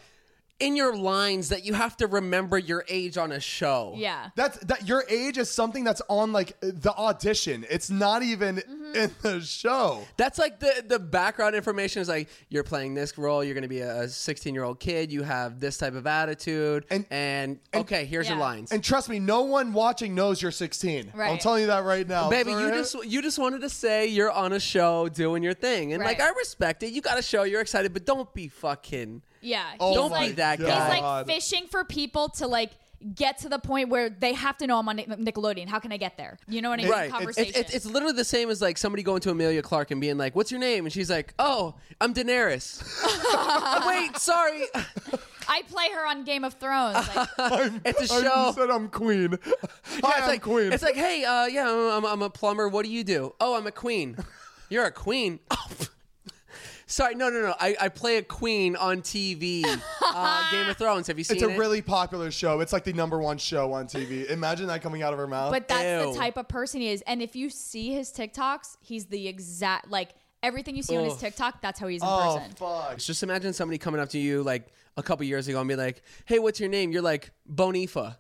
S1: in your lines that you have to remember your age on a show.
S3: yeah
S2: That's that your age is something that's on like the audition. It's not even
S3: Mm-hmm.
S2: in the show.
S1: That's like the the background information is like you're playing this role, you're going to be a 16-year-old kid, you have this type of attitude and,
S2: And-
S1: okay, here's your
S3: Yeah.
S1: lines.
S2: And trust me, no one watching knows you're 16. I'm
S3: Right.
S2: telling you that right now.
S1: Baby, you
S2: Sorry.
S1: just you just wanted to say you're on a show doing your thing. And like I
S3: Right.
S1: respect it. You got a show, you're excited, but don't be fucking
S3: yeah
S2: Oh
S3: he's
S1: Don't
S3: like,
S1: be that
S3: he's
S1: guy.
S3: like fishing for people to like get to the point where they have to know i'm on Nic- nickelodeon how can i get there you know what i mean
S1: Right. It's,
S3: conversation
S1: it's, it's literally the same as like somebody going to Amelia Clark and being like, "What's your name?" and she's like, "Oh, I'm Daenerys." Wait, sorry,
S3: i play her on game of thrones like,
S1: it's a
S2: I
S1: show.
S2: said I'm queen.
S1: Oh. Yeah,
S2: Hi,
S1: it's
S2: I'm
S1: like,
S2: queen.
S1: It's like, hey, uh, yeah, I'm, I'm, I'm a plumber. What do you do? Oh, I'm a queen. You're a queen. Oh, sorry, no, no, no. I, I play a queen on TV. Uh, Game of Thrones. Have you seen
S2: It's a
S1: it?
S2: really popular show. It's like the number one show on TV. Imagine that coming out of her mouth.
S3: But that's
S1: Ew.
S3: the type of person he is. And if you see his TikToks, he's the exact like everything you see on his TikTok, that's how he's in
S2: oh
S3: person.
S2: fuck.
S1: Just imagine somebody coming up to you like a couple years ago and be like, "Hey, what's your name?" You're like, "Bonifa."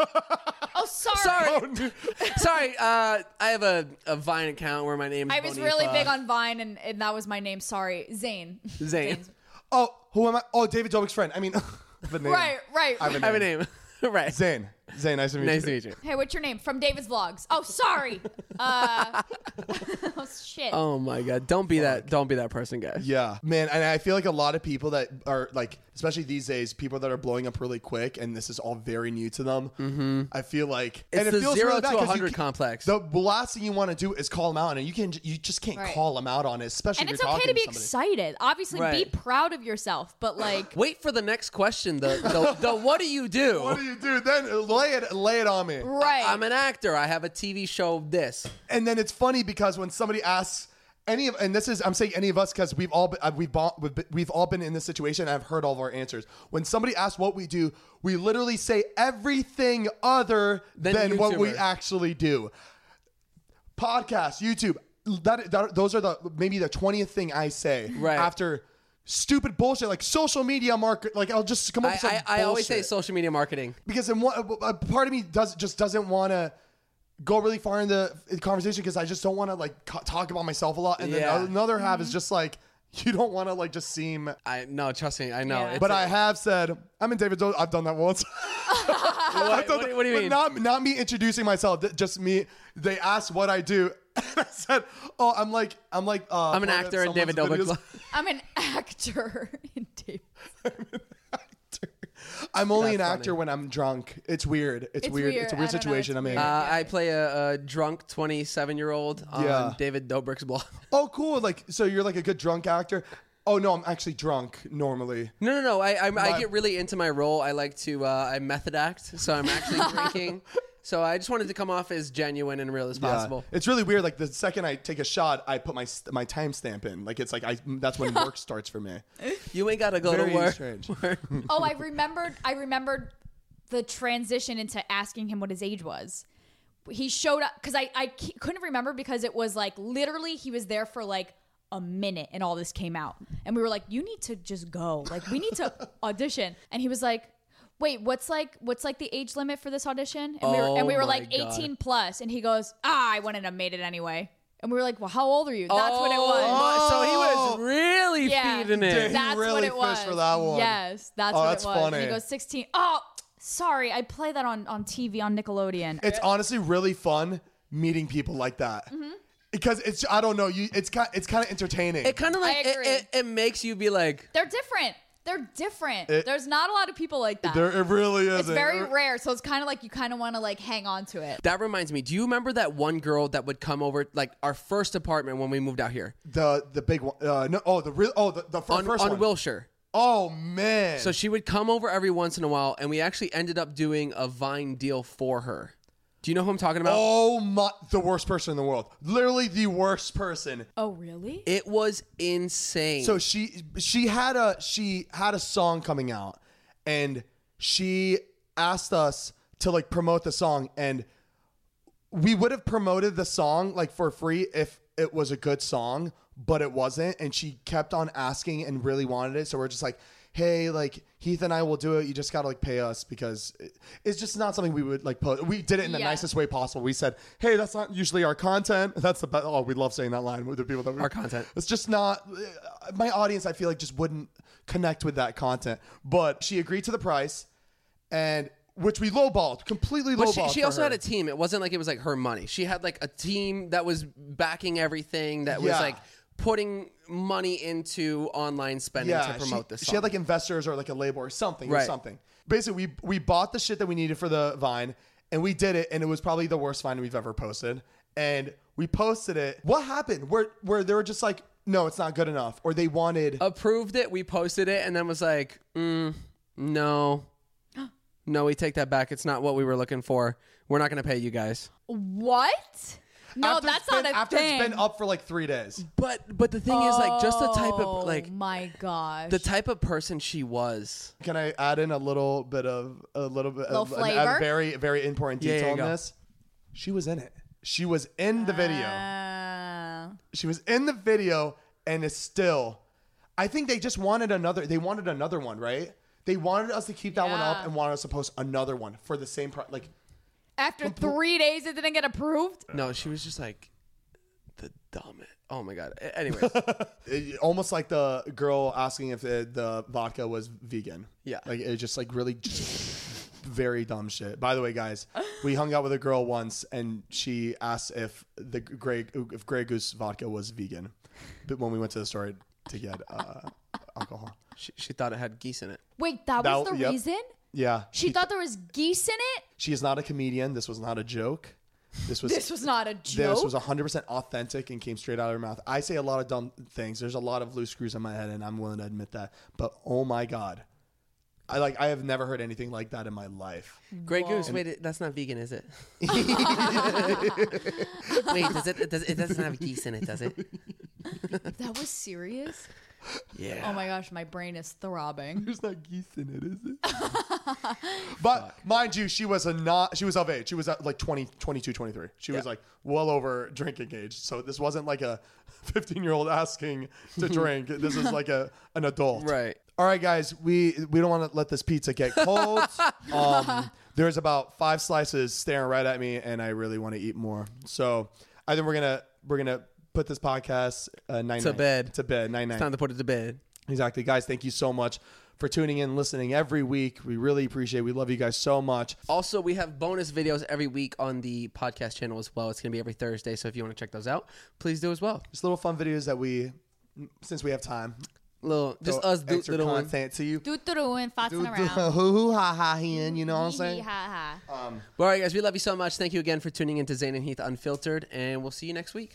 S3: Oh, sorry.
S1: Sorry, sorry. Uh, I have a, a Vine account where my name. Is
S3: I was
S1: Bonifa.
S3: really big on Vine and, and that was my name. Sorry. Zane.
S1: Zane.
S3: Zane's-
S2: Oh, who am I? Oh, David Dobrik's friend. I mean, the name.
S3: Right, right.
S2: I have a
S1: I have a
S2: name.
S1: name. right.
S2: Zane. Zane, nice to meet you.
S1: Nice to meet you.
S3: Hey, what's your name? From David's Vlogs. Oh, sorry. Uh, oh, shit.
S1: Oh my god! Don't be that. Don't be that person, guys.
S2: Yeah, man, and I feel like a lot of people that are like, especially these days, people that are blowing up really quick, and this is all very new to them. Mm-hmm. I feel like
S1: It's
S2: and
S1: the zero
S2: really
S1: to
S2: bad 'cause you
S1: 100
S2: ca-
S1: complex.
S2: The last thing you want to do is call them out, and you can you just can't
S3: Right.
S2: call them out on it, especially
S3: and
S2: if
S3: it's
S2: you're
S3: okay
S2: talking
S3: to be
S2: somebody.
S3: excited. Obviously, be
S1: Right.
S3: proud of yourself, but like,
S1: Wait for the next question. The the, the what do you do?
S2: What do you do then? Lay it, lay it on me.
S3: right.
S1: I'm an actor. I have a TV show. of This.
S2: And then it's funny because when somebody asks any of, and this is I'm saying any of us because we've all been, uh, we've, all, we've been- we've all been in this situation. And I've heard all of our answers. When somebody asks what we do, we literally say everything other
S1: Than
S2: than, what we
S1: YouTuber.
S2: actually do. Podcast, YouTube. That, that those are the maybe the twentieth thing I say
S1: Right.
S2: after stupid bullshit like social media market. Like I'll just come up
S1: I,
S2: with some
S1: I, I always say
S2: bullshit
S1: social media marketing.
S2: because in one, a- a part of me does just doesn't want to go really far in the conversation because I just don't want to like co- talk about myself a lot. And
S1: Yeah.
S2: then another half is just like you don't want to like just seem.
S1: I no, trust me, I know.
S3: Yeah.
S1: It's
S2: But
S1: a-
S2: I have said I'm in David. Jones. I've done that once.
S1: what, what do you
S2: but
S1: mean?
S2: Not not me introducing myself. th- Just me. They ask what I do, I said, "Oh, I'm like, I'm like, uh,
S1: I'm an
S2: part of
S1: actor in David
S2: someone's
S1: Dobrik's.
S2: videos.
S3: I'm an actor in David.
S2: I'm only
S1: That's
S2: an
S1: funny.
S2: actor when I'm drunk. It's weird. It's,
S3: It's
S2: weird.
S3: weird.
S2: It's a
S3: I
S2: weird
S3: don't know.
S2: situation.
S3: It's
S2: I'm in.
S3: weird.
S1: Uh, I play a, a drunk 27 year old on
S2: Yeah.
S1: David Dobrik's blog.
S2: oh, cool. Like, so you're like a good drunk actor. Oh no, I'm actually drunk normally.
S1: No, no, no. I I,
S2: My-
S1: I get really into my role. I like to uh, I method act, so I'm actually drinking. So I just wanted to come off as genuine and real as
S2: Yeah.
S1: possible.
S2: It's really weird. Like the second I take a shot, I put my my timestamp in. Like it's like I that's when work starts for me.
S1: You ain't gotta go
S2: Very
S1: to work.
S2: strange.
S3: Oh, I remembered. I remembered the transition into asking him what his age was. He showed up because I I c- couldn't remember because it was like literally he was there for like a minute and all this came out and we were like you need to just go like we need to audition and he was like wait what's like what's like the age limit for this audition and we were, and
S1: Oh
S3: we were
S1: my
S3: like
S1: God.
S3: 18 plus and he goes ah I wouldn't have made it anyway and we were like well how old are you that's what it was
S1: my- so he was
S2: Oh!
S1: really
S3: Yeah.
S1: feeding it.
S2: Dude.
S3: that's
S2: really
S3: what it
S2: fished
S3: was.
S2: for that one.
S3: Yes, that's
S2: Oh,
S3: what
S2: that's
S3: it was. And
S2: funny.
S3: he goes 16. Oh, sorry, I play that on on TV on Nickelodeon.
S2: It's honestly really fun meeting people like that because it's I don't know you. It's kind it's kind of entertaining.
S1: It kind of like it,
S3: agree.
S1: it, it makes you be like,
S3: They're different. They're different.
S2: It-
S3: There's not a lot of people like that.
S2: there, it really is.
S3: it's very rare, so it's kind of like you kind of want to like hang on to it.
S1: That reminds me. Do you remember that one girl that would come over, like our first apartment when we moved out here
S2: the the big one. Uh, no, oh the real oh the, the fir-
S1: on,
S2: first
S1: on
S2: one.
S1: Wilshire?
S2: Oh man.
S1: So she would come over every once in a while, and we actually ended up doing a Vine deal for her. Do you know who I'm talking about?
S2: oh my, the worst person in the world. Literally the worst person.
S3: Oh, really?
S1: It was insane.
S2: So she she had a she had a song coming out and she asked us to like promote the song and we would have promoted the song like for free if it was a good song, but it wasn't and she kept on asking and really wanted it so we're just like Hey, like Heath and I will do it. You just gotta like pay us because it- it's just not something we would like post. We did it in the
S3: Yeah.
S2: nicest way possible. We said, "Hey, that's not usually our content." That's the best. Oh, we love saying that line with the people that we
S1: Our content.
S2: it's just not uh, my audience. I feel like just wouldn't connect with that content. But she agreed to the price, and which we lowballed completely
S1: But
S2: lowballed.
S1: she, she
S2: for
S1: also
S2: her.
S1: had a team. It wasn't like it was like her money. She had like a team that was backing everything. That was
S2: Yeah.
S1: like putting money into online spending
S2: yeah.
S1: to promote
S2: she,
S1: this.
S2: she had
S1: song.
S2: like investors or like a label or something or
S1: Right.
S2: something. Basically, we we bought the shit that we needed for the vine, and we did it, and it was probably the worst vine we've ever posted. And we posted it. What happened? Where where they were just like, no, it's not good enough, or they wanted.
S1: Oh, approved it. We posted it, and then was like, mm, no, no, we take that back. It's not what we were looking for. We're not going to pay you guys.
S3: What? No,
S2: after
S3: that's
S2: it's been,
S3: not a
S2: after
S3: thing.
S2: it's been up for like three days.
S1: But but the thing is, like, just the type
S3: oh
S1: of like
S3: my gosh.
S1: the type of person she was.
S2: Can I add in a little bit of a little bit of
S3: Little
S2: an- a
S3: flavor?
S2: very very important
S1: Yeah,
S2: detail
S1: yeah,
S2: on
S1: go.
S2: this? She was in it. She was in the
S3: Ah.
S2: video.
S3: Uh,
S2: She was in the video and is still. I think they just wanted another. They wanted another one, right? They wanted us to keep that one up
S3: Yeah.
S2: and wanted us to post another one for the same pro- like
S3: after three days, it didn't get approved.
S1: No, she was just like the dumbest. Oh my god. A- Anyways,
S2: it- almost like the girl asking if the, the vodka was vegan.
S1: Yeah.
S2: like it just like really just very dumb shit. By the way, guys, we hung out with a girl once, and she asked if the Grey if Grey Goose vodka was vegan, but when we went to the store to get uh, alcohol,
S1: she, she thought it had geese in it.
S3: Wait, that,
S2: That
S3: was the
S2: w- yep.
S3: reason?
S2: yeah,
S3: She thought there was geese in it?
S2: she is not a comedian. This was not a joke. This was
S3: This was not a joke.
S2: This was 100% authentic and came straight out of her mouth. I say a lot of dumb things. There's a lot of loose screws in my head, and I'm willing to admit that. But oh my god, I like I have never heard anything like that in my life.
S1: Grey Goose. Wait, it- that's not vegan, is it? Wait, does it? It, does, it doesn't have geese in it, does it?
S3: that was serious?
S1: Yeah.
S3: Oh my gosh, my brain is throbbing.
S2: There's not geese in it, is it? but mind you, she was a not. She was of age. She was at like 20, 22, 23. She was like well over drinking age. So this wasn't like a 15 year old asking to drink. this is like a an adult,
S1: Right.
S2: All right, guys, we we don't want to let this pizza get cold. um, there's about five slices staring right at me, and I really want to eat more. So I think we're gonna we're gonna put this podcast uh, nine
S1: To bed.
S2: to bed nine nine
S1: Time to put it to bed.
S2: Exactly. Guys, thank you so much for tuning in, listening every week. We really appreciate it. We love you guys so much.
S1: Also, we have bonus videos every week on the podcast channel as well. It's going to be every Thursday. So if you want to check those out, please do as well.
S2: Just little fun videos that we, since we have time,
S1: Little, just
S2: throw
S1: us do,
S2: extra
S1: little one.
S2: content to you.
S3: Doo doo and fossing around.
S2: hoo hoo ha ha hen, you know what I'm
S3: Hee
S2: saying?
S3: hee
S2: Um,
S3: ha ha.
S1: All right, guys, we love you so much. Thank you again for tuning in to Zane and Heath Unfiltered, and we'll see you next week.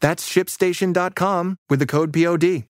S5: That's shipstation.com with the code POD.